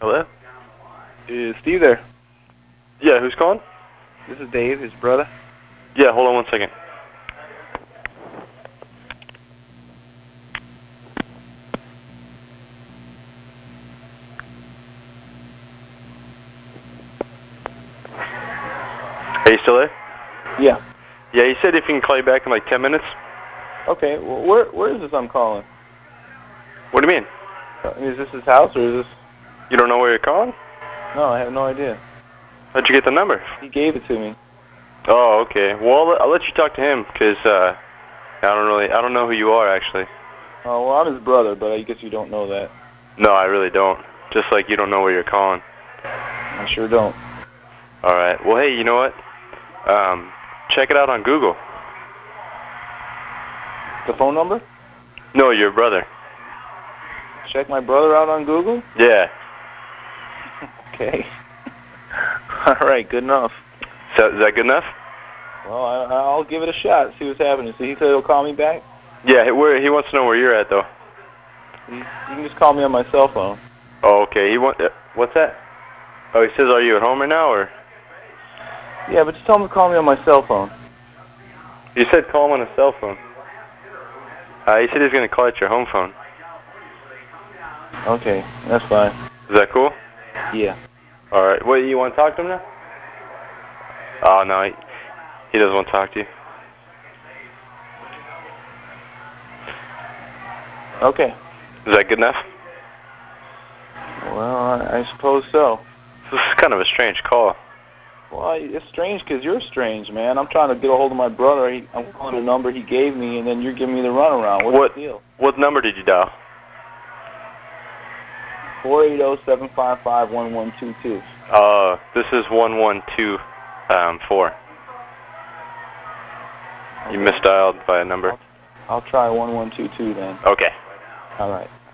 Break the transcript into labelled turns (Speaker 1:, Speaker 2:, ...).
Speaker 1: Hello?
Speaker 2: Is Steve there?
Speaker 1: Yeah, who's calling?
Speaker 2: This is Dave, his brother.
Speaker 1: Yeah, hold on one second. Are you still there?
Speaker 2: Yeah.
Speaker 1: Yeah, he said if he can call you back in like 10 minutes.
Speaker 2: Okay. Well, where where is this I'm calling?
Speaker 1: What do you mean?
Speaker 2: Uh, Is this his house or is this?
Speaker 1: You don't know where you're calling?
Speaker 2: No, I have no idea.
Speaker 1: How'd you get the number?
Speaker 2: He gave it to me.
Speaker 1: Oh, okay. Well, I'll, I'll let you talk to him 'cause uh, I don't really, I don't know who you are actually.
Speaker 2: Oh well, I'm his brother, but I guess you don't know that.
Speaker 1: No, I really don't. Just like you don't know where you're calling.
Speaker 2: I sure don't.
Speaker 1: All right. Well, hey, you know what? Um, check it out on Google.
Speaker 2: The phone number?
Speaker 1: No, your brother.
Speaker 2: Check my brother out on Google.
Speaker 1: Yeah.
Speaker 2: Okay. All right. Good enough.
Speaker 1: Is that, is that good enough?
Speaker 2: Well, I, I'll give it a shot. See what's happening. So he said he'll call me back.
Speaker 1: Yeah. He, where, he wants to know where you're at, though.
Speaker 2: You you can just call me on my cell phone.
Speaker 1: Oh, okay. He want. Uh, what's that? Oh, he says, are you at home right now, or?
Speaker 2: Yeah, but just tell him to call me on my cell phone.
Speaker 1: He said call him on a cell phone. Uh, he said he's gonna call at your home phone.
Speaker 2: Okay, that's fine.
Speaker 1: Is that cool?
Speaker 2: Yeah.
Speaker 1: All right. What you want to talk to him now? Oh no, he, he doesn't want to talk to you.
Speaker 2: Okay.
Speaker 1: Is that good enough?
Speaker 2: Well, I, I suppose so.
Speaker 1: This is kind of a strange call.
Speaker 2: Well, I- it's strange 'cause you're strange, man. I'm trying to get a hold of my brother. He, I'm calling the number he gave me, and then you're giving me the runaround. What's
Speaker 1: What-
Speaker 2: the deal?
Speaker 1: What number did you dial?
Speaker 2: Four eight zero seven five five one one two two.
Speaker 1: Uh, this is one one two, um, four. You misdialed by a number.
Speaker 2: I'll try one one two two then.
Speaker 1: Okay.
Speaker 2: All right.